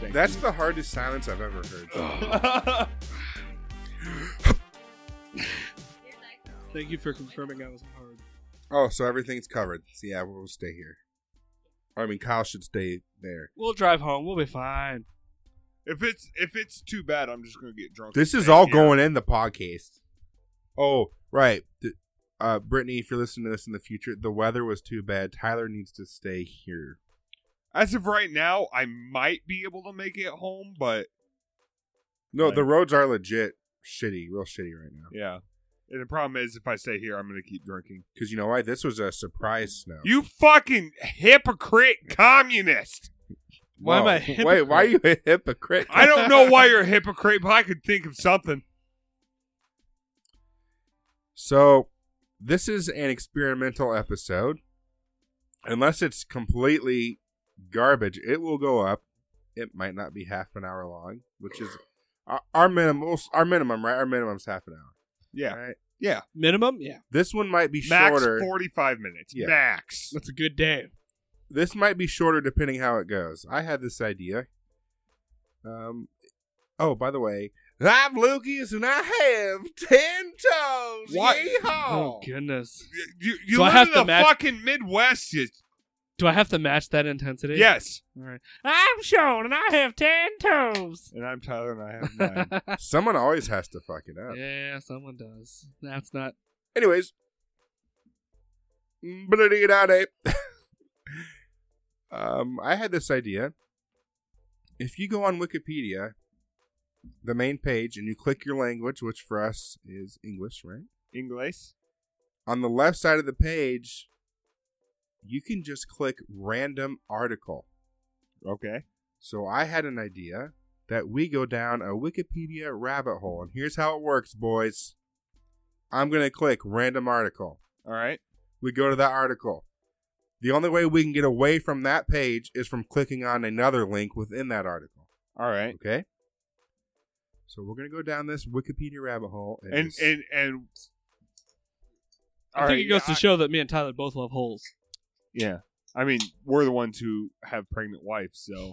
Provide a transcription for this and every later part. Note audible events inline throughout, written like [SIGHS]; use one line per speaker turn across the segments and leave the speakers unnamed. Thank
That's
you.
the hardest silence I've ever heard.
[LAUGHS] Thank you for confirming I was hard.
Oh, so everything's covered. So yeah, we'll stay here. I mean, Kyle should stay there.
We'll drive home. We'll be fine.
If it's if it's too bad, I'm just gonna get drunk.
This
and
is
stay
all
here.
going in the podcast. Oh, right. Th- Uh, Brittany, if you're listening to this in the future, the weather was too bad. Tyler needs to stay here.
As of right now, I might be able to make it home, but
No,
Right.
the roads are legit shitty, real shitty right now.
yeah. And the problem is, if I stay here, I'm gonna keep drinking.
Because you know why? This was a surprise snow.
You fucking hypocrite communist!
Why am I a
Whoa. Wait,
[LAUGHS]
why are you a hypocrite?
I don't know why you're a hypocrite, but I could think of something.
So, this is an experimental episode. Unless it's completely garbage, it will go up. It might not be half an hour long, which is our, our minimum. Our minimum, right? Our minimum's half an hour.
Yeah,
Right.
yeah.
Minimum? Yeah.
This one might be
Max
shorter.
45 minutes.
Yeah.
Max.
That's a good day.
this might be shorter depending how it goes. I had this idea. Um, oh, by the way, I'm Lucas and I have ten toes.
What?
Oh,
Yeehaw!
goodness.
You, you
Do I
live
have
in
to
the
match-
fucking Midwest. You...
Do I have to match that intensity?
Yes.
All right. I'm Sean and I have ten toes.
And I'm Tyler and I have nine.
[LAUGHS]
Someone always has to fuck it up.
yeah, someone does. That's not.
Anyways, Bloody-da-da. [LAUGHS] um, I had this idea. If you go on Wikipedia, the main page, and you click your language, which for us is English, right?
English.
on the left side of the page, you can just click random article.
Okay.
So I had an idea that we go down a Wikipedia rabbit hole. And here's how it works, boys. I'm going to click random article.
All right.
We go to that article. The only way we can get away from that page is from clicking on another link within that article.
All right.
Okay? So we're going to go down this Wikipedia rabbit hole. It
And
is-
and and
I think it goes to show that me and Tyler both love holes.
yeah. I mean, we're the ones who have pregnant wives,
[LAUGHS]
so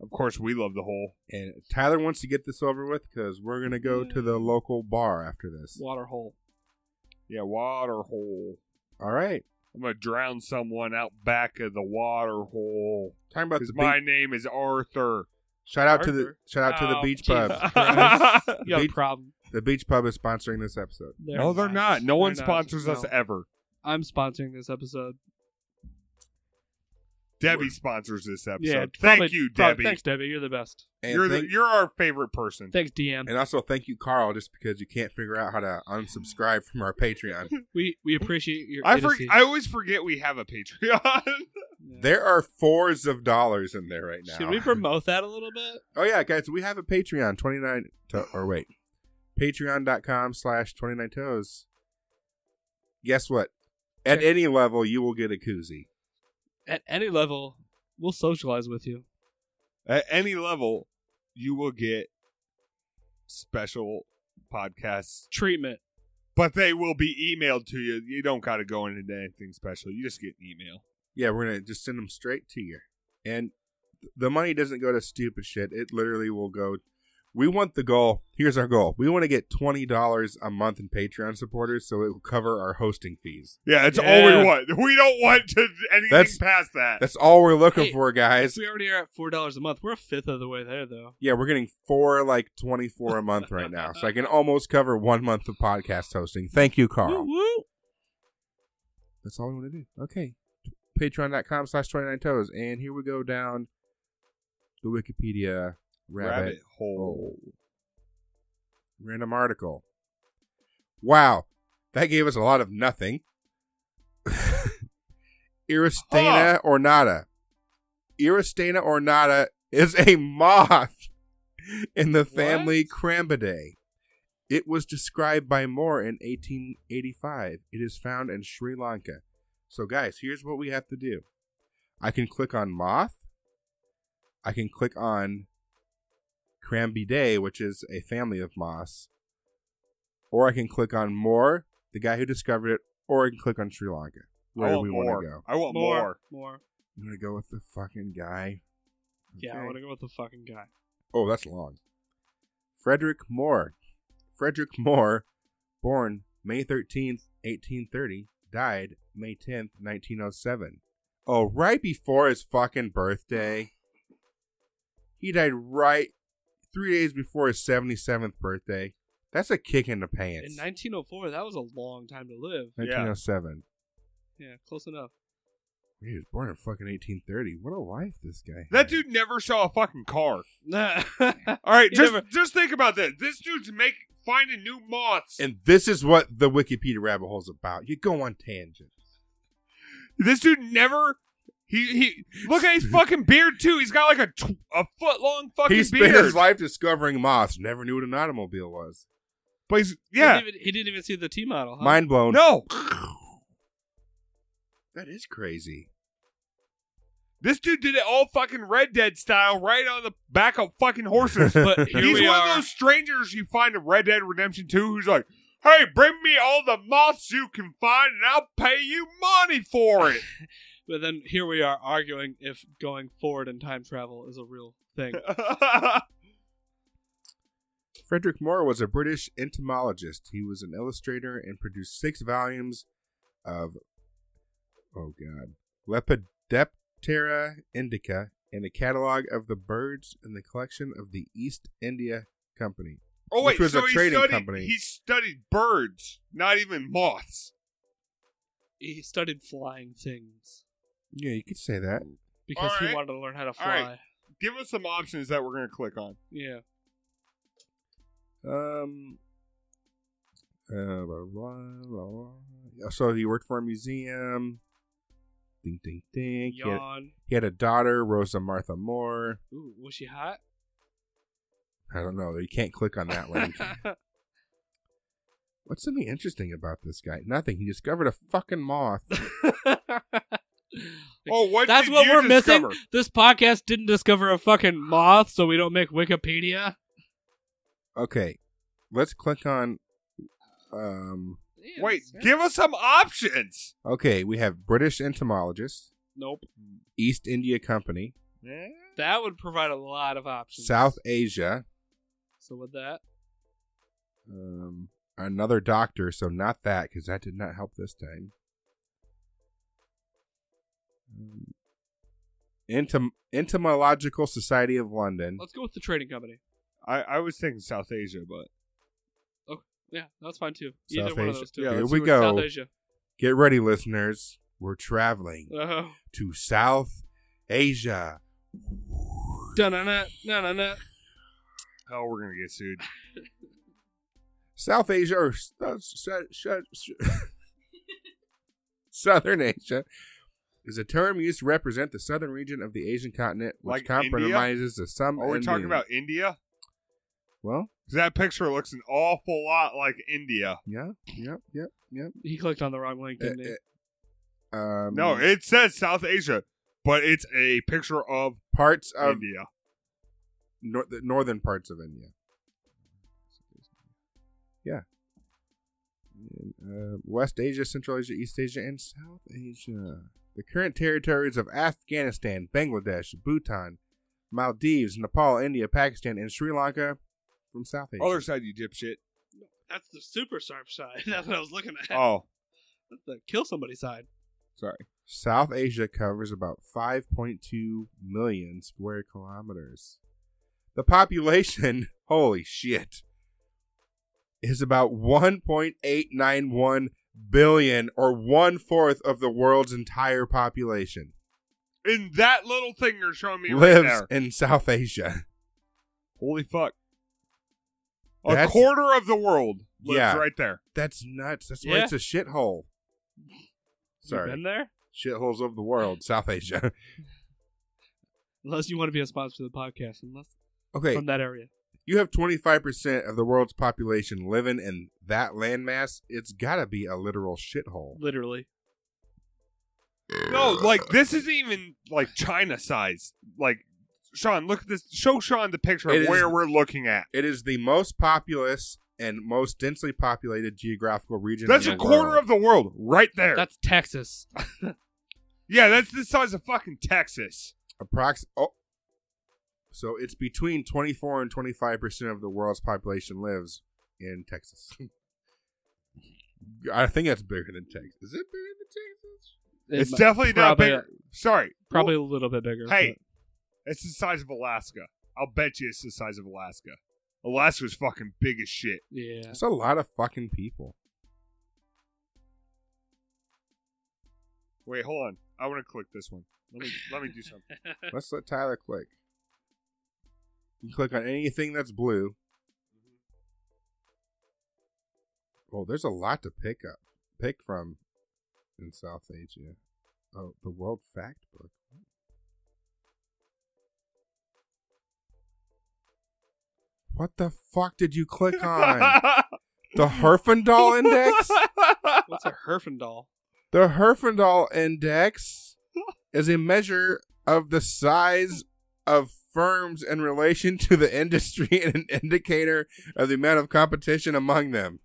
of course we love the whole.
And Tyler wants to get this over with because we're gonna go to the local bar after this.
Water hole.
Yeah, water hole.
All right,
I'm gonna drown someone out back of the water hole
talking about
because
the
my
beach.
name is Arthur.
Shout out to the
Arthur.
shout out to the
Oh,
beach
[LAUGHS] Jesus.
pub.
[LAUGHS]
[LAUGHS]
You have a
Beach-
problem.
The beach pub is sponsoring this episode.
no, they're not. No one
They're not.
sponsors us
No.
ever.
I'm sponsoring this episode.
Debbie sponsors this episode.
Yeah,
thank
probably-
you,
probably-
Debbie.
Thanks, Debbie. You're the best.
And,
You're
thank-
the, you're our favorite person.
Thanks, DM.
and also thank you, Carl, just because you can't figure out how to unsubscribe from our Patreon.
We we appreciate your.
I for,
idiocy.
I always forget we have a Patreon. [LAUGHS]
Yeah.
There are fours of dollars in there right now.
Should we promote that a little bit?
[LAUGHS] Oh yeah, guys, we have a Patreon, twenty nine to or wait. Patreon.com slash twenty nine toes. Guess what? At any level you will get a koozie.
At any level, we'll socialize with you.
At any level, you will get special podcasts,
Treatment.
but they will be emailed to you. You don't got to go into anything special. You just get an email.
Yeah, we're gonna just send them straight to you. And th- the money doesn't go to stupid shit. It literally will go. We want the goal. Here's our goal. We want to get twenty dollars a month in Patreon supporters, so it will cover our hosting fees.
Yeah, that's all
Yeah.
we want. We don't want to anything
That's-
past that.
That's all we're looking
Hey.
for, guys.
We already are at four dollars a month. We're a fifth of the way there, though.
Yeah, we're getting four like twenty four a month right now, so I can almost cover one month of podcast hosting. Thank you, Carl.
Woo, woo.
That's all we want to do. Okay. Patreon.com slash twenty nine toes, and here we go down the Wikipedia rabbit
hole.
random article. Wow, that gave us a lot of nothing. [LAUGHS] Iristena ornata. Iristena ornata is a moth in the family Crambidae. It was described by Moore in 1885. It is found in Sri Lanka. So, guys, here's what we have to do I can click on moth, I can click on Crambidae, which is a family of moths, or I can click on Moore, the guy who discovered it, or I can click on Sri Lanka. Where
I
do
want
we
Oh, more.
want to go?
I want more.
more.
You want to go with the fucking guy
Yeah, I
Okay.
want to go with the fucking guy.
Oh, that's long. Frederick Moore. Frederick Moore, born May 13th, 1830, died May 10th, 1907. Oh, right before his fucking birthday. He died right three days before his 77th birthday. That's a kick in the pants.
In 1904, that was a long time to live.
1907.
Yeah, close enough. [LAUGHS]
He was born in fucking 1830. What a life this guy.
That
had.
dude never saw a fucking car.
yeah,
All right,
He
just
never-
just think about this. This dude's make finding new moths.
And this is what the Wikipedia rabbit hole's about. You go on tangents.
this dude never. He he. Look at his fucking beard too. He's got like a tw- a foot long fucking
he spent
beard.
his life discovering moths. Never knew what an automobile was.
But he's-
he
yeah,
didn't, even, he didn't even see the T model. Huh?
Mind blown.
no.
That is crazy.
This dude did it all fucking Red Dead style, right on the back of fucking
[LAUGHS]
horses.
But here
He's
we
one
are.
of those strangers you find in Red Dead Redemption 2 who's like, hey, bring me all the moths you can find and I'll pay you money for it.
But then here we are arguing if going forward in time travel is a real
[LAUGHS]
thing.
Frederick Moore was a British entomologist. He was an illustrator and produced six volumes of, oh God, Lepidoptera indica and a catalog of the birds in the collection of the East India Company.
oh,
Which
wait,
was
so
a
he
trading
studied,
company.
He studied birds, not even moths.
he started flying things
Yeah, you could say that.
because he
Alright.
wanted to learn how to fly.
Alright. Give us some options that we're going to click on.
Yeah.
Um. Uh, blah, blah, blah, blah. Yeah, So he worked for a museum. Ding, ding, ding. He had,
Yawn.
he had a daughter, Rosa Martha Moore.
Ooh, was she hot?
I don't know. You can't click on that
[LAUGHS]
link. What's something interesting about this guy? Nothing. He discovered a fucking moth.
Oh, what
That's
did
what
you
we're
discover?
missing. This podcast didn't discover a fucking moth, so we don't make Wikipedia.
Okay, let's click on. Um.
Wait, give us some options.
Okay, we have British entomologist,
nope.
East India Company,
That would provide a lot of options.
South Asia.
So with that,
Um, another doctor, so not that because that did not help this time. Um, Entom- Entomological Society of London.
let's go with the trading company.
I, I was thinking South Asia, but.
Yeah, that's fine too. Either
South
one of
Asia.
those two.
Yeah,
Here
let's
we
do it.
go.
South Asia.
Get ready, listeners. We're traveling
Uh,
to South Asia.
da-na-na, na-na-na.
Oh, we're going to get
[SIGHS]
sued.
South Asia or s- uh, s- s- s- [LAUGHS] Southern Asia is a term used to represent the southern region of the Asian continent, which
Like
compromises the sum.
Are we
and
talking
moon.
about India?
Well,
'Cause that picture looks an awful lot like India.
Yeah, yep, yep, yep.
He clicked on the wrong link,
Eh,
didn't he?
Uh, uh, um,
No, it says South Asia, but it's a picture of
parts of
India.
nor- the northern parts of India. Yeah. In, uh, West Asia, Central Asia, East Asia, and South Asia. The current territories of Afghanistan, Bangladesh, Bhutan, Maldives, Nepal, India, Pakistan, and Sri Lanka from South Asia.
Other side, you dipshit.
That's the super sharp side. [LAUGHS] That's what I was looking at.
Oh,
That's the kill somebody side.
sorry.
South Asia covers about 5.2 million square kilometers. The population, [LAUGHS] holy shit, is about 1.891 billion or one fourth of the world's entire population
In that little thing you're showing me right
lives
there.
in South Asia. [LAUGHS]
Holy fuck.
That's-
a quarter of the world lives
Yeah.
right there.
That's nuts. That's why
Yeah.
it's a shithole.
You been
Sorry.
there?
Shitholes of the world, South Asia. [LAUGHS]
Unless you want to be a sponsor of the podcast, unless
Okay,
Um,
from that area.
you have 25% of the world's population living in that landmass, it's gotta be a literal shithole.
Literally.
No, like this isn't even like China size. Like Sean, look at this. Show Sean the picture
It
of
is-
where we're looking at.
It is the most populous and most densely populated geographical region.
That's
in
a
the
quarter
world.
of the world right there.
That's Texas.
yeah, that's the size of fucking Texas.
approx. Oh, So it's between 24 and 25 percent of the world's population lives in Texas. [LAUGHS] I think that's bigger than Texas. Is it bigger than Texas?
It
It's
mi-
definitely not
probably-
bigger. Sorry.
Probably a little bit bigger.
Hey, it's the size of Alaska. I'll bet you it's the size of Alaska. Alaska's fucking big as shit.
[LAUGHS]
but- yeah.
That's a lot of fucking people.
Wait, hold on. I want to click this one. Let me let me do something.
Let's let Tyler click. You click on anything that's blue. Oh, there's a lot to pick up, pick from in South Asia. Oh, the World Fact Book. What the fuck did you click
[LAUGHS]
on? the Herfindahl Index?
What's a Herfindahl?
The Herfindahl Index is a measure of the size of firms in relation to the industry and an indicator of the amount of competition among them.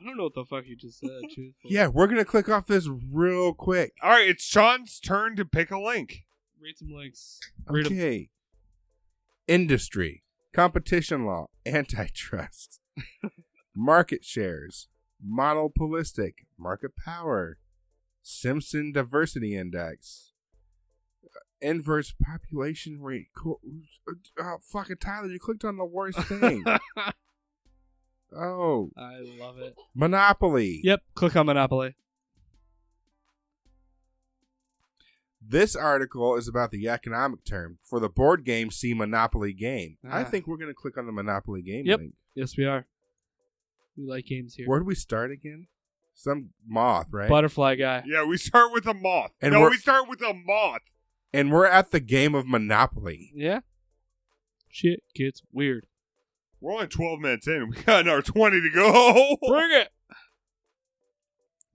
I don't know what the fuck you just said. truthfully.
Yeah, we're going to click off this real quick.
All right, it's Sean's turn to pick a link.
Read some links. Read 'em.
Okay. Industry, competition law, [LAUGHS]
[LAUGHS]
antitrust, market shares, monopolistic, market power, Simpson Diversity Index, Uh, inverse population rate. Co- oh, fucking Tyler, you clicked on the worst
[LAUGHS]
thing. oh,
I love it.
monopoly.
Yep. Click on Monopoly.
This article is about the economic term for the board game. See Monopoly game. I
Ah.
think we're gonna click on the Monopoly game
Yep.
link.
Yes, we are. We like games here.
Where do we start again? Some moth, right?
Butterfly guy.
Yeah, we start with a moth.
And
no,
we're-
we start with a moth.
and we're at the game of Monopoly.
Yeah. Shit gets weird.
We're only 12 minutes in. We got another 20 to [LAUGHS] go.
Bring it.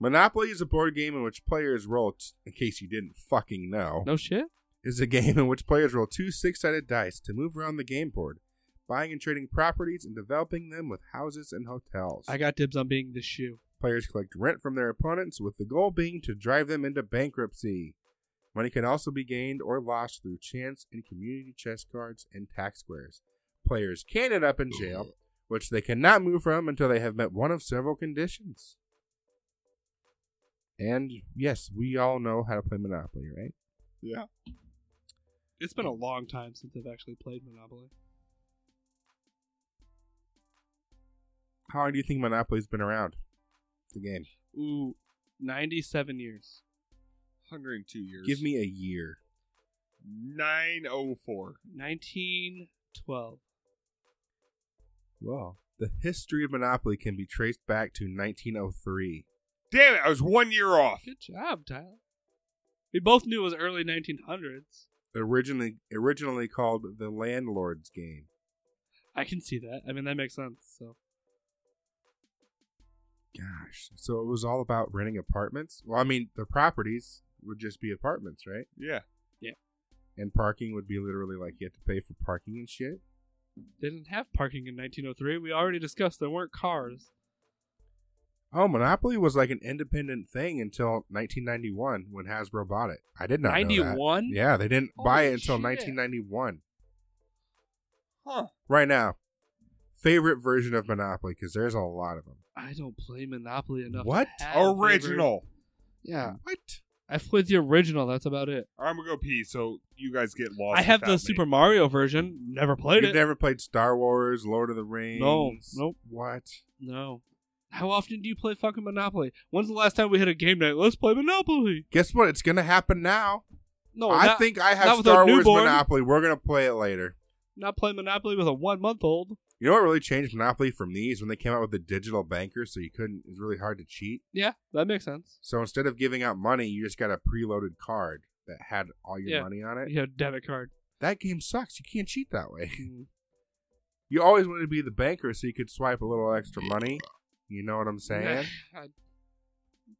Monopoly is a board game in which players roll. T- in case you didn't fucking know,
No shit.
is a [LAUGHS] game in which players roll two six-sided dice to move around the game board, buying and trading properties and developing them with houses and hotels.
I got dibs on being the shoe.
Players collect rent from their opponents, with the goal being to drive them into bankruptcy. Money can also be gained or lost through chance in community chess cards and tax squares. Players can end up in jail, which they cannot move from until they have met one of several conditions. And yes, we all know how to play Monopoly, right?
Yeah.
It's been a long time since I've actually played Monopoly.
How long do you think Monopoly's been around? The game.
Ooh, 97 years.
102 years.
Give me a year.
904.
1912.
Well, the history of Monopoly can be traced back to 1903.
Damn it, I was one year off.
Good job, Tyler. We both knew it was early 1900s.
originally originally called the landlord's game
I can see that. I mean, that makes sense. So
gosh so it was all about renting apartments well i mean the properties would just be apartments right
Yeah.
and parking would be literally like you have to pay for parking and shit
they didn't have parking in 1903. We already discussed there weren't cars.
oh monopoly was like an independent thing until 1991 when hasbro bought it i did not know
91.
that. yeah they didn't buy it
Holy
until
shit.
1991
Huh.
right now favorite version of monopoly because there's a lot of them
I don't play Monopoly enough. to
What?
have a favorite-
Original.
Yeah,
what
I've played the original. That's about it.
All right, I'm going to go pee so you guys get lost.
I have the
without
Super
Me.
Mario version. Never played
You've
it.
never played Star Wars, Lord of the Rings.
nope.
What?
No. How often do you play fucking Monopoly? When's the last time we had a game night? Let's play Monopoly.
Guess what? It's gonna happen now.
No,
I
not,
think I
not
have
with our
Star Wars
newborn.
Monopoly. We're gonna play it later.
not play Monopoly with a one month old.
You know what really changed Monopoly for me is when they came out with the digital banker, so you couldn't. It's really hard to cheat.
Yeah, that makes sense.
So instead of giving out money, you just got a preloaded card that had all your
Yeah.
money on it.
You have a
[LAUGHS]
debit card.
That game sucks. You can't cheat that way. [LAUGHS]
Mm.
You always wanted to be the banker so you could swipe a little extra money. You know what I'm saying?
I-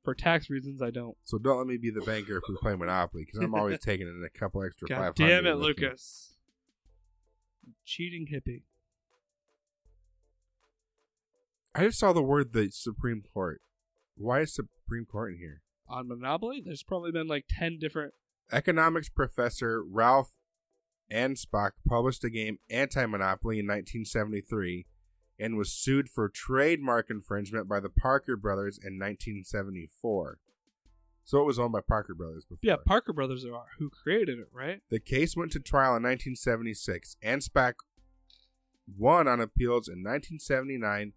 For tax reasons, I don't.
So don't let me be the banker if we play Monopoly because I'm
[LAUGHS]
always taking in a couple extra.
God
500
damn it,
with me.
Lucas. Cheating hippie.
I just saw the word the Supreme Court. Why is Supreme Court in here?
On Monopoly, there's probably been like 10 different.
Economics professor Ralph and Spock published the game Anti Monopoly in 1973 and was sued for trademark infringement by the Parker brothers in 1974. So it was owned by Parker brothers before.
Yeah, Parker Brothers are who created it, right?
The case went to trial in 1976, and SPAC won on appeals in 1979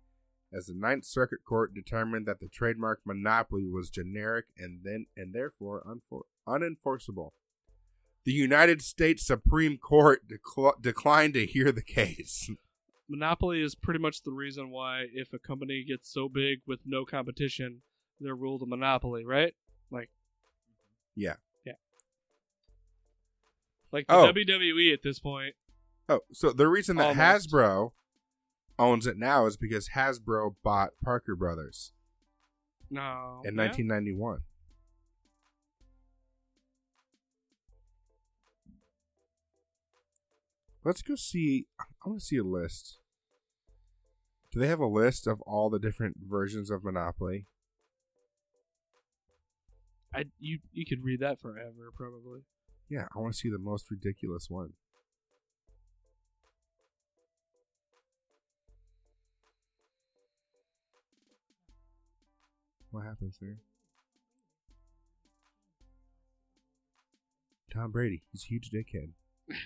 as the Ninth Circuit Court determined that the trademark monopoly was generic and then and therefore unfor- unenforceable. The United States Supreme Court decl- declined to hear the case. [LAUGHS]
Monopoly is pretty much the reason why if a company gets so big with no competition, they're ruled a monopoly, right? Like
Yeah.
Yeah. Like the
Oh.
WWE at this point.
Oh, so the reason that
Almost.
Hasbro owns it now is because Hasbro bought Parker Brothers
No.
in
Yeah?
1991. Let's go see. I want to see a list. Do they have a list of all the different versions of Monopoly?
I you you could read that forever probably.
Yeah, I want to see the most ridiculous one. What happens here? Tom Brady. He's a huge dickhead.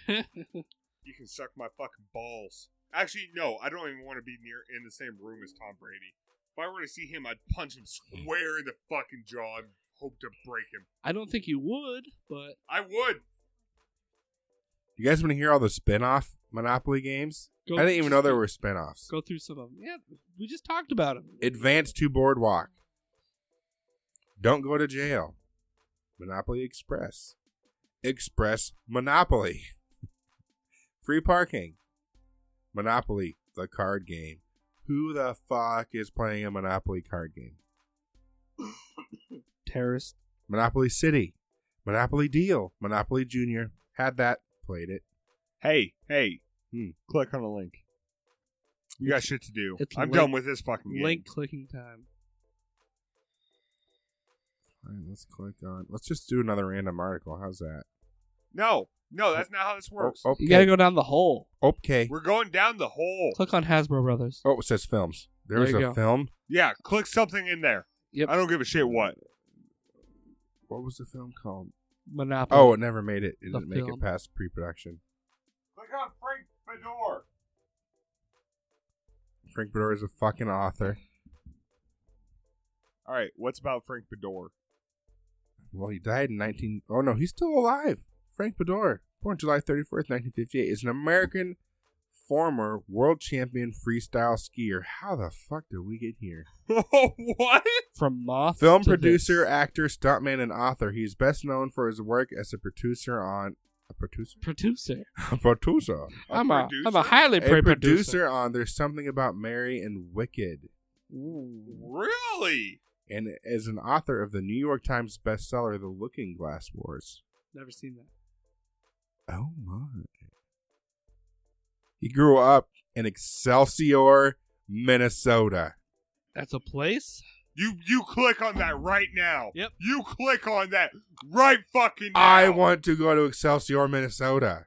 You can suck my fucking balls. Actually, no, I don't even want to be near in the same room as Tom Brady. If I were to see him, I'd punch him square in the fucking jaw and hope to break him.
I don't think you would, but
I would.
You guys want to hear all the spin off Monopoly games?
go
I didn't even know there
go-
were spin offs.
Go through some of them. Yeah, we just talked about them.
Advance to Boardwalk. Don't go to jail. Monopoly Express. Express Monopoly. [LAUGHS] Free parking. Monopoly, the card game. Who the fuck is playing a Monopoly card game?
Terrorist.
Monopoly City. Monopoly Deal. Monopoly Junior. Had that. Played it.
Hey, hey.
Hmm.
Click on a link. You got shit to do.
it's
I'm
link-
done with this fucking game.
Link clicking time.
All right, let's click on. Let's just do another random article. How's that?
No, no, that's not how this
Oh,
works.
okay.
You gotta go down the hole.
okay.
We're going down the hole.
Click on Hasbro Brothers.
Oh, it says films.
There
There's
you
a
go.
film.
Yeah, click something in there.
Yep.
I don't give a shit what.
What was the film called?
Monopoly.
Oh, it never made it. It
The
didn't make
film.
it past pre-production.
Click on Frank Fedor.
Frank Bedore is a fucking author.
All right, what's about Frank Fedor? [LAUGHS]
Well, he died in 19. Oh no, he's still alive. Frank Bedore, born July 31st, 1958, is an American former world champion freestyle skier. How the fuck did we get here?
what?
From Moth.
Film
to
producer,
this.
actor, stuntman, and author. He is best known for his work as a producer on a producer, [LAUGHS]
Producer.
a producer,
I'm a,
producer?
I'm a highly
a
paid
producer on "There's Something About Mary" and "Wicked."
Really?
and is an author of the New York Times bestseller The Looking Glass Wars.
Never seen that.
Oh my. He grew up in Excelsior, Minnesota.
That's a place.
You you click on that right now.
Yep.
You click on that right fucking now.
I want to go to Excelsior, Minnesota.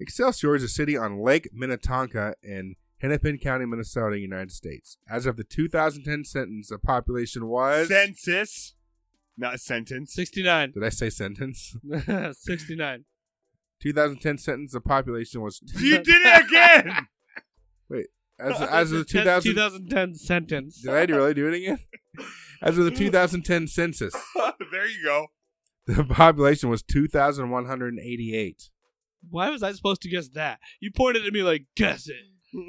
Excelsior is a city on Lake Minnetonka in Hennepin County, Minnesota, United States. As of the 2010 sentence, the population was.
census, not
[LAUGHS]
sentence.
Sixty nine.
Did I say sentence?
Sixty nine.
2010 sentence, the population was.
You did it again.
[LAUGHS]
[LAUGHS]
As, as of the 2000,
2010 sentence.
Did I really do it again? As of the 2010 census, [LAUGHS]
there you go.
the population was 2,188.
Why was I supposed to guess that? You pointed at me like guess it.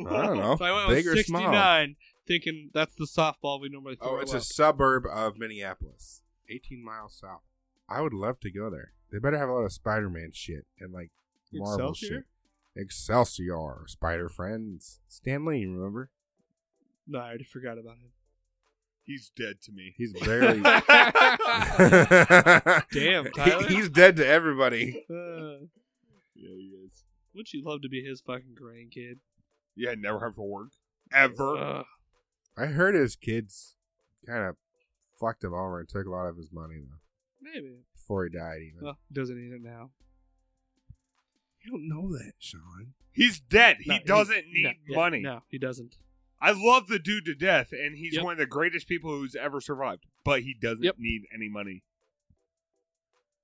I don't know.
So I went
Oh, big
with
or
sixty
small?
nine, thinking that's the softball we normally throw.
Oh, it's
up.
a suburb of Minneapolis, 18 miles south. I would love to go there. They better have a lot of Spider-Man shit and like Marvel
Excelsior?
shit. Excelsior, Spider Friends, Stan Lee. Remember,
No, I already forgot about him.
He's dead to me.
he's
[LAUGHS]
[LAUGHS]
[LAUGHS]
barely.
Damn, Tyler.
[LAUGHS] He- he's dead to everybody.
Uh,
Yeah, he is.
would you love to be his fucking grandkid?
Yeah, never have to work ever.
Ugh.
I heard his kids kind of fucked him over and took a lot of his money though.
maybe.
Before he died, even.
Well, doesn't need it now.
You don't know that, Sean.
He's dead.
No,
he doesn't need
no, yeah,
money.
No, he doesn't.
I love the dude to death, and he's
Yep.
one of the greatest people who's ever survived. But he doesn't
Yep.
need any money.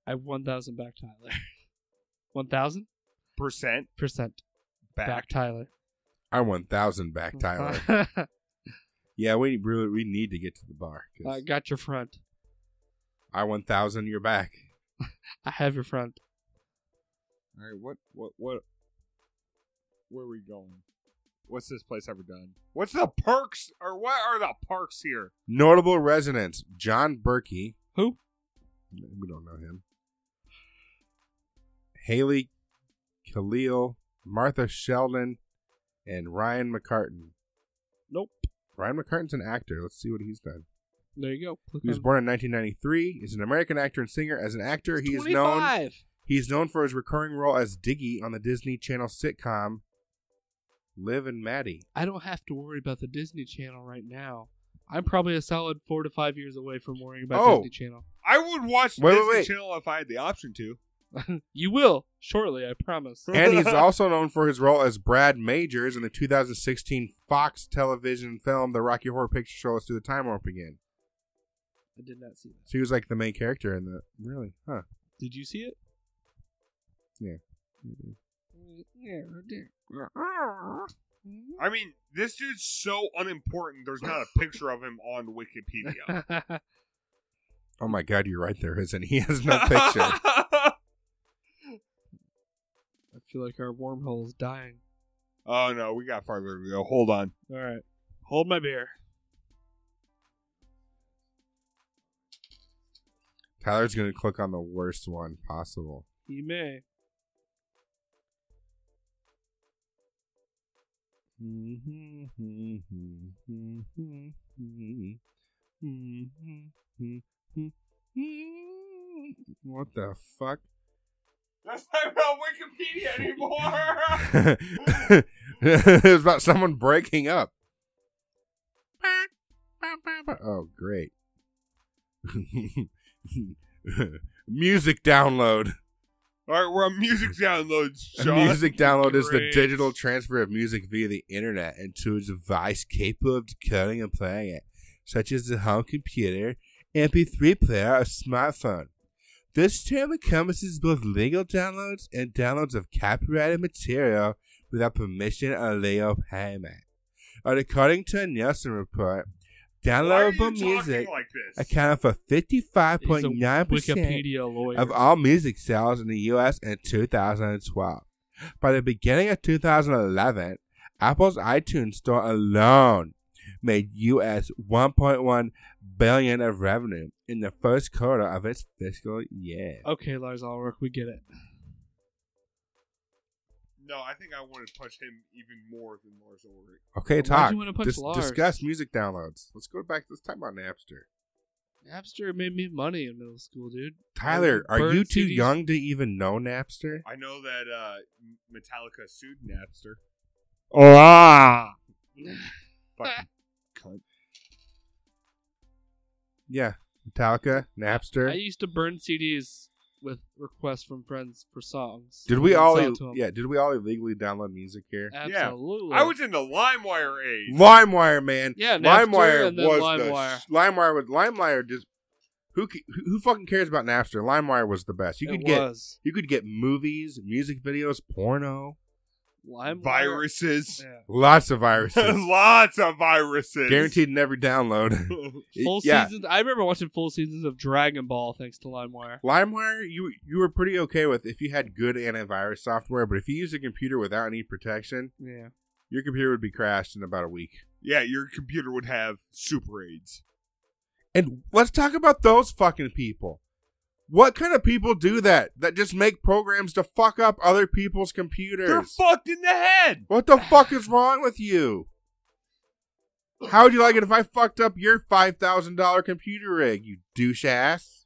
I have 1,000 back Tyler. [LAUGHS] 1,000%
Percent back.
back Tyler.
I want thousand back,
[LAUGHS]
Tyler. yeah, we really we need to get to the bar. 'cause
I got your front.
I want thousand. You're back.
I have your front.
All right, what, what, what? Where are we going? What's this place ever done? What's the perks, or what are the perks here?
Notable residents: John Berkey.
Who?
We don't know him. Haley Khalil, Martha Sheldon, and Ryan McCartan.
Nope.
Ryan McCartan's an actor. Let's see what he's done.
There you go. Click
He was
on-
born in 1993. He's an American actor and singer. As an actor, he is known
25.
He's known for his recurring role as Diggy on the Disney Channel sitcom Liv and Maddie.
I don't have to worry about the Disney Channel right now. I'm probably a solid four to five years away from worrying about
Oh.
Disney Channel.
I would watch
Wait, wait,
Disney
wait.
Channel if I had the option to.
you will shortly, I promise.
And he's also known for his role as Brad Majors in the 2016 Fox television film The Rocky Horror Picture Show Let's Do the Time Warp Again.
[LAUGHS] I did not see that.
So he was like the main character in the. Really? Huh.
Did you see it?
Yeah. Mm-hmm.
Mm, Yeah, I did.
I mean, this dude's so unimportant. There's not a picture of him on Wikipedia.
[LAUGHS]
Oh my god, you're right, there isn't. [LAUGHS] He has [LAUGHS] no
[LAUGHS]
picture.
I feel like our wormhole is dying.
oh no, we got farther to go. Hold on.
All right, hold my beer.
Tyler's going to click on the worst one possible.
He may.
Mm-hmm. What the [LAUGHS] fuck?
That's not about Wikipedia [LAUGHS] anymore.
it was about someone breaking up. Oh, great. [LAUGHS] Music download.
All right, we're on music downloads,
A
Sean.
music download is the
Great.
digital transfer of music via the internet into a device capable of decoding and playing it, such as a home computer, MP3 player, or smartphone. This term encompasses both legal downloads and downloads of copyrighted material without permission or legal payment. And according to a Nielsen report,
Why are you
downloadable
talking
music
like this?
accounted for
He's a
55.9%
Wikipedia lawyer.
of all music sales in the US in 2012. By the beginning of 2011, Apple's iTunes store alone made US 1.1 billion of revenue in the first quarter of its fiscal year.
okay, Lars Ulrich, we get it.
No, I think I want to punch him even more than Lars Ulrich.
Okay,
But why do
talk.
you wanna punch
Dis-
Lars?
discuss music downloads. Let's go back. Let's talk about Napster.
Napster made me money in middle school, dude.
Tyler,
Burn
are you too
CDs.
young to even know Napster?
I know that uh, Metallica sued Napster.
Oh, ah.
[LAUGHS] Fucking cunt.
Yeah. Metallica,
I
Napster.
used to burn CDs with requests from friends for songs.
Did we
Send
all? e-
it to 'em.
Yeah. Did we all illegally download music here?
absolutely.
I was in the LimeWire age.
[LAUGHS] LimeWire, man.
Yeah, Napster
LimeWire
and then
was
LimeWire.
the LimeWire was LimeWire just who ca- who who fucking cares about Napster? LimeWire was the best. You
It
could get
was.
you could get movies, music videos, porno,
Lime
viruses.
Yeah.
lots of
[LAUGHS]
viruses.
Lots of viruses.
Guaranteed never download. It-
Full
yeah.
seasons. I remember watching full seasons of Dragon Ball thanks to LimeWire.
LimeWire, you you were pretty okay with if you had good antivirus software, but if you used a computer without any protection,
Yeah.
your computer would be crashed in about a week.
[LAUGHS] yeah, your computer would have super aids.
And let's talk about those fucking people. What kind of people do that? That just make programs to fuck up other people's computers.
They're fucked in the head.
What the fuck is wrong with you? How would you like it if I fucked up your five thousand dollar computer rig, you douche ass?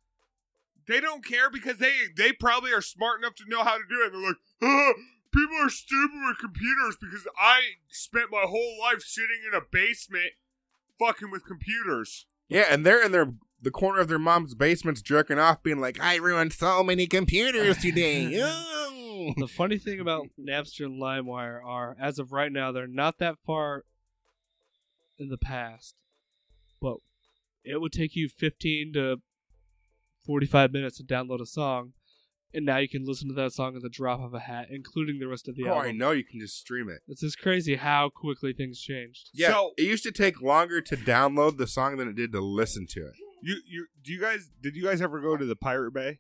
They don't care because they they probably are smart enough to know how to do it. They're like, "Huh, people are stupid with computers because I spent my whole life sitting in a basement fucking with computers.
Yeah, and they're in their the
[LAUGHS]
corner of their mom's basement's jerking off, being like, "I ruined so many computers today." Ooh. Mm.
The funny thing about Napster and LimeWire are, as of right now, they're not that far in the past, but it would take you 15 to 45 minutes to download a song, and now you can listen to that song at the drop of a hat, including the rest of the
oh, I
album.
know you can just stream it.
It's just crazy how quickly things changed.
Yeah,
So-
it used to take longer to download the song than it did to listen to it.
You you do you guys did you guys ever go to the Pirate Bay?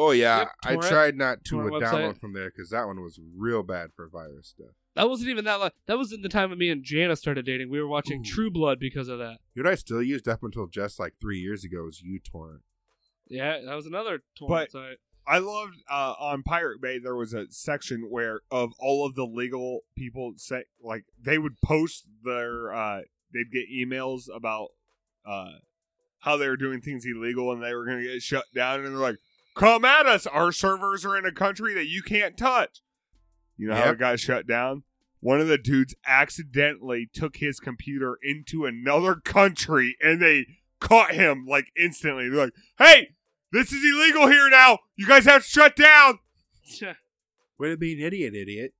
Oh yeah,
Yep,
I
torrent-
tried not to
torrent
download
website.
from there because that one was real bad for virus stuff.
That wasn't even that long. That was in the time when me and Jana started dating. We were watching
Ooh.
True Blood because of that.
You know, what I still used up until just like three years ago was uTorrent.
Yeah, that was another
But-
torrent site.
I loved uh, on Pirate Bay there was a section where of all of the legal people say like they would post their uh, they'd get emails about uh, how they were doing things illegal and they were going to get shut down and they're like come at us our servers are in a country that you can't touch. You know how
Yep.
it got shut down? One of the dudes accidentally took his computer into another country and they caught him like instantly. They're like, "Hey, this is illegal here now. You guys have to shut down.
Yeah.
Way to be an idiot, idiot.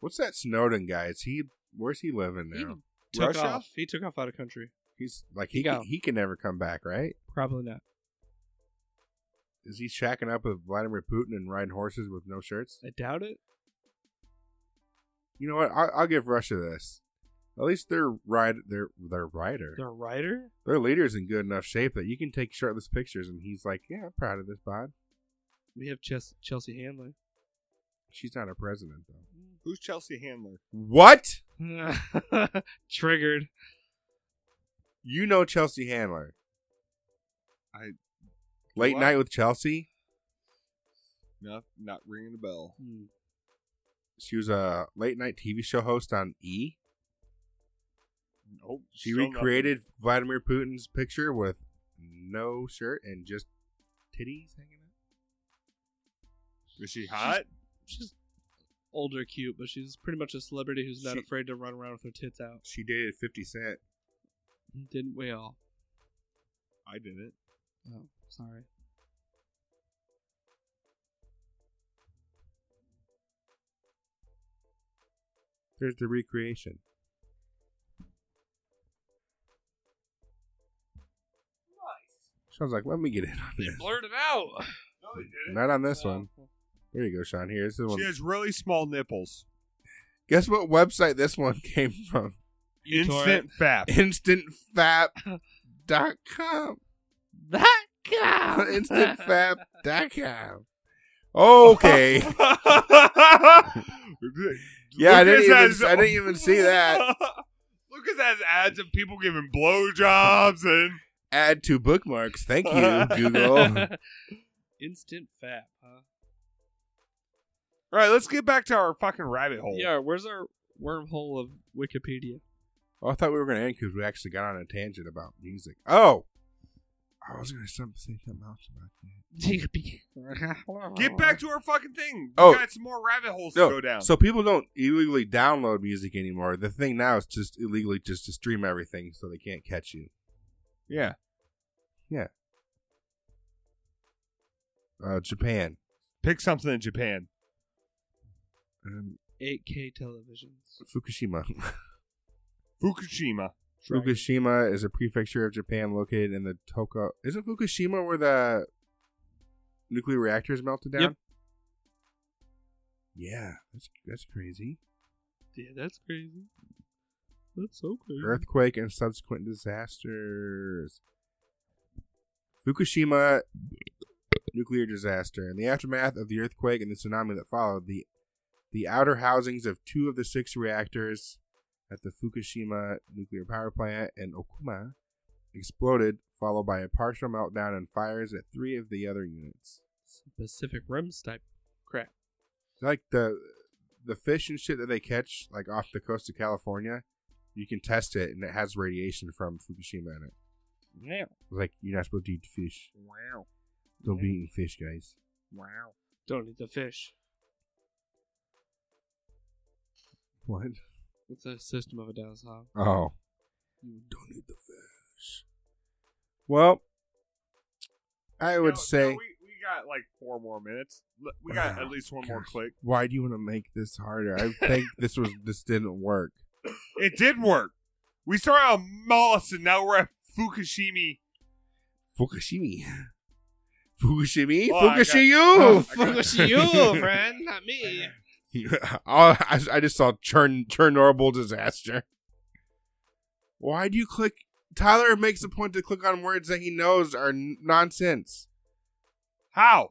What's that Snowden guy? Is he where's he living
[LAUGHS] He
now?
took
Russia?
off. He took off out of country.
He's like he
Yeah.
can, he can never come back, right?
Probably not.
Is he shacking up with Vladimir Putin and riding horses with no shirts?
I doubt it.
You know what? I'll, I'll give Russia this. At least their ride their their rider
The writer?
their leader's in good enough shape that you can take shirtless pictures, and he's like, "Yeah, I'm proud of this bod."
We have Ches- Chelsea Handler. [LAUGHS]
She's not a president though.
Who's Chelsea Handler?
What?
Triggered.
You know Chelsea Handler?
I-
late
What?
night with Chelsea.
No, not ringing a bell.
Hmm.
She was a late night TV show host on E.
Nope.
She
still
recreated Vladimir Putin's picture with no shirt and just titties hanging out.
nothing. Is she hot?
She's older, cute, but she's pretty much a celebrity who's not
She-
afraid to run around with her tits out.
She dated 50 Cent.
Didn't we all?
I didn't.
Oh, sorry.
There's the recreation. Sean's like, let me get in on
They
this.
blurred it out.
No, they didn't.
Not on this
Oh.
one. There you go, Sean. Here, this is one.
She has really small nipples.
Guess what website this one [LAUGHS] came from?
You tore
Instant
[LAUGHS]
fap. [LAUGHS]
InstantFap.com.
[LAUGHS] That guy.
[LAUGHS] InstantFap.com.
[LAUGHS]
Okay. Yeah, I didn't
Lucas
even- I didn't even see that.
[LAUGHS] Lucas has ads of people giving blowjobs and
Add to bookmarks. Thank you,
[LAUGHS]
Google.
[LAUGHS] Instant fat, huh?
all right. Let's get back to our fucking rabbit hole.
Yeah, where's our wormhole of [LAUGHS] Wikipedia?
Oh, I thought we were going to end because we actually got on a tangent about music. Oh, I was going to say something else about that.
Get back to our fucking thing. We
Oh.
got some more rabbit holes
No,
to go down.
So people don't illegally download music anymore. The thing now is just illegally just to stream everything so they can't catch you.
yeah.
Uh, Japan.
Pick something in Japan.
Um,
8K televisions.
Fukushima.
Fukushima.
Fukushima is a prefecture of Japan located in the Toka. Isn't Fukushima where the nuclear reactors melted down?
Yep.
Yeah, that's that's crazy.
Yeah, that's crazy. That's so crazy.
earthquake and subsequent disasters. Fukushima nuclear disaster. In the aftermath of the earthquake and the tsunami that followed, the the outer housings of two of the six reactors at the Fukushima nuclear power plant in Okuma exploded, followed by a partial meltdown and fires at three of the other units.
Pacific Rims type crap.
Like the the fish and shit that they catch, like off the coast of California, you can test it and it has radiation from Fukushima in it.
Yeah.
Like you're not supposed to eat fish.
Wow.
Don't be eating fish, guys. [LAUGHS]
Wow.
Don't eat the fish.
What?
It's a system of a down song.
Oh. Don't eat the fish. Well, I would say
we, we got like four more minutes. L- We got at least one more click.
Why do you want to make this harder? I think
[LAUGHS]
this was this didn't work.
It did work. We started on Mollus and now we're at Fukushima.
Fukushima. Fukushima?
Well, I got-
[LAUGHS] Fukushiyu!
I got-
Oh, Fuck [LAUGHS] you, friend, not me.
Oh, I, I just saw Chern, Chernobyl disaster. Why do you click? Tyler makes a point to click on words that he knows are n- nonsense.
How?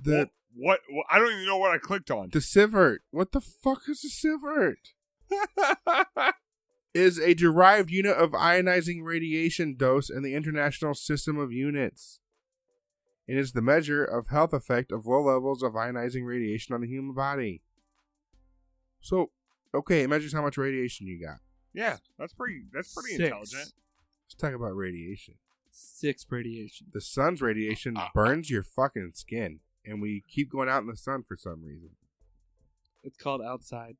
The
what, what? what- I don't even know what I clicked on.
the sivert. What the fuck is a sivert? is a derived unit of ionizing radiation dose in the International System of Units. It is the measure of health effect of low levels of ionizing radiation on the human body. So, okay, it measures how much radiation you got.
Yeah, that's pretty. That's pretty
Six.
intelligent.
Let's talk about radiation.
Six radiation.
The sun's radiation burns your fucking skin, and we keep going out in the sun for some reason.
It's called outside.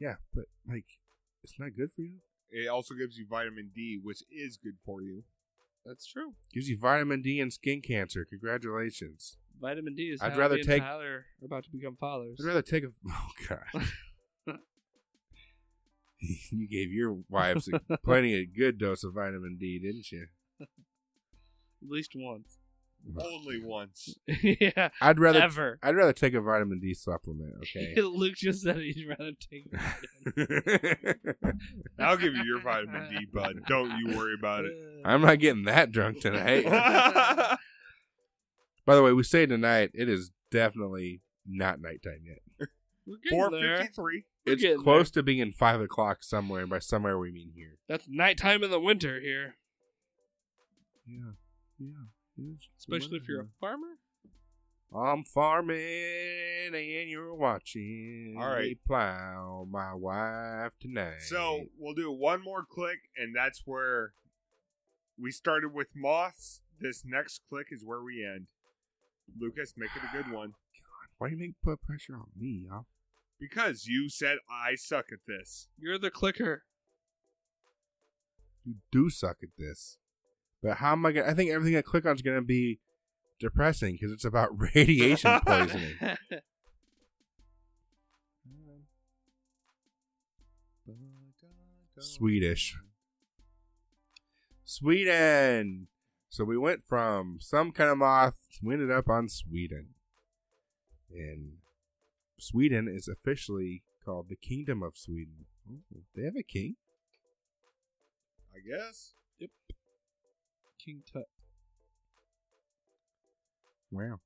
Yeah, but like, it's not good for you.
It also gives you vitamin D, which is good for you.
That's true.
Gives you vitamin D and skin cancer. Congratulations.
Vitamin D is.
I'd
how
rather
me and
take-
Tyler are about to become fathers.
I'd rather take a. [LAUGHS] Oh god. [LAUGHS] you gave your wives a, plenty a good dose of vitamin D, didn't you?
At least
[LAUGHS]
once.
Only once.
yeah.
I'd rather.
ever.
I'd rather take a vitamin D supplement. [LAUGHS]
[LAUGHS]
Okay. [LAUGHS]
Luke just said he'd rather take.
I'll give you your vitamin D, bud. Don't you worry
[LAUGHS]
about it.
I'm not getting that drunk tonight. By the way, we say tonight. It is definitely not nighttime yet.
We're
[LAUGHS]
getting
Four
there.
fifty-three.
We're
it's
getting
close to being five o'clock somewhere, and by somewhere we mean here.
That's nighttime in the winter here,
Yeah. Yeah.
especially if you're a farmer.
I'm farming and you're watching.
All right.
me Plow my wife tonight.
So we'll do one more click, and that's where we started with moths. This next click is where we end. Lucas, make it a good one
why do you make put pressure on me, y'all?
because you said I suck at this.
You're the clicker.
You do suck at this. But how am I gonna I think everything I click on is gonna be depressing because it's about
[LAUGHS]
[LAUGHS] radiation poisoning. Swedish. Sweden. So we went from some kind of moth, we ended up on Sweden. And Sweden is officially called the Kingdom of Sweden. Ooh, they have a king?
I guess.
King Tut.
Wow.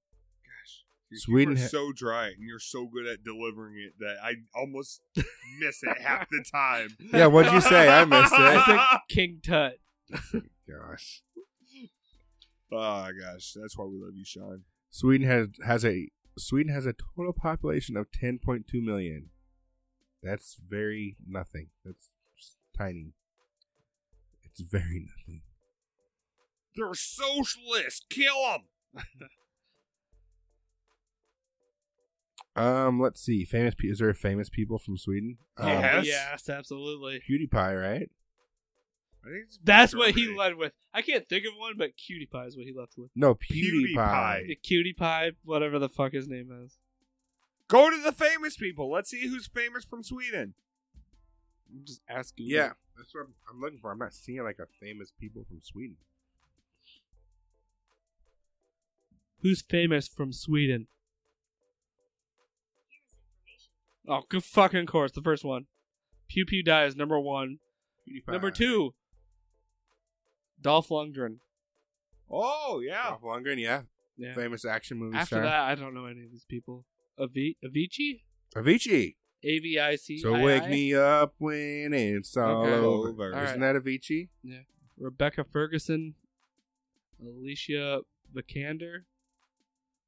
You
Sweden
are
ha-
so dry, and you're so good at delivering it that I almost miss it half the time.
Yeah, [LAUGHS] what'd you say? I
[LAUGHS]
missed it.
I said King Tut.
Gosh.
Oh gosh, that's why we love you, Sean.
Sweden has has a Sweden has a total population of 10.2 million. That's very nothing. That's just tiny. It's very nothing.
They're socialists. Kill them.
Um, let's see. Famous pe- is there famous people from Sweden? Um,
Yeah. Yes.
Yes, absolutely.
PewDiePie, right?
I think it's
That's what he
Germany.
led with. I can't think of one, but Cutie Pie is what he left with.
No,
PewDiePie.
PewDiePie.
The Cutie Pie, whatever the fuck his name is.
Go to the famous people. Let's see who's famous from Sweden.
Just ask Google.
Yeah, that's what I'm, I'm looking for. I'm not seeing like a famous people from Sweden.
Who's famous from Sweden? Oh, good fucking course. The first one. Pew Pew Die is number one.
PewDiePie.
Number two, Dolph Lundgren.
Oh yeah,
Dolph Lundgren, yeah,
Yeah.
famous action movie
After
star.
that, I don't know any of these people. Avi- Avicii?
Avicii.
A V I C.
So wake me up when it's all
Okay.
over.
Over.
All
Isn't
right.
that Avicii?
Rebecca Ferguson, Alicia Vikander,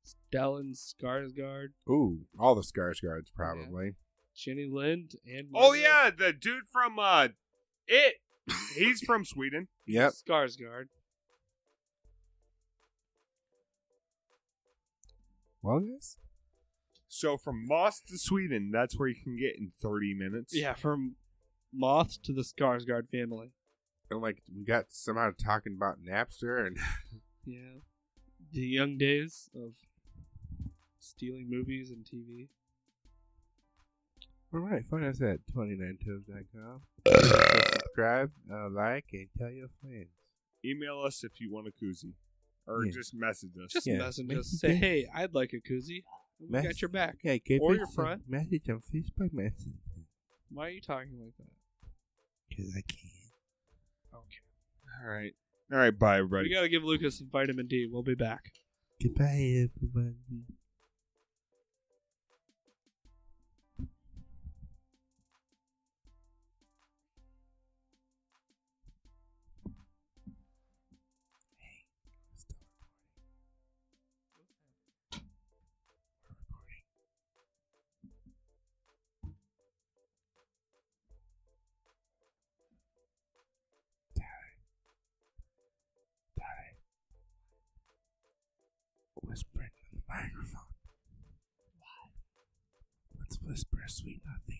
Stellan Skarsgård,
Ooh, all the scars guards probably.
Jenny Lind, and
Oh yeah, the dude from uh, it. He's from Sweden.
Yep.
Skarsgård.
Well, yes.
So from Moss to Sweden, that's where you can get in 30 minutes.
Yeah, from Moth to the Skarsgård family.
And like we got somehow talking about Napster and
Yeah. the young days of stealing movies and TV.
All right, find us at 29tubes.com. subscribe, uh, like, and tell your friends.
Email us if you want a koozie, or
Yeah.
just message us.
Just
Yeah.
[LAUGHS] message
Make
us.
you
Say,
think.
hey, I'd like a koozie. We
Mess-
got your back.
Yeah, give
Or
us
your
a
friend.
Message on Facebook message.
Why are you talking like that?
Because I can.
Okay.
All right, all right. Bye, everybody.
We gotta give Lucas some vitamin D. We'll be back.
Goodbye, everybody. whisper in the microphone. Let's whisper a sweet nothing.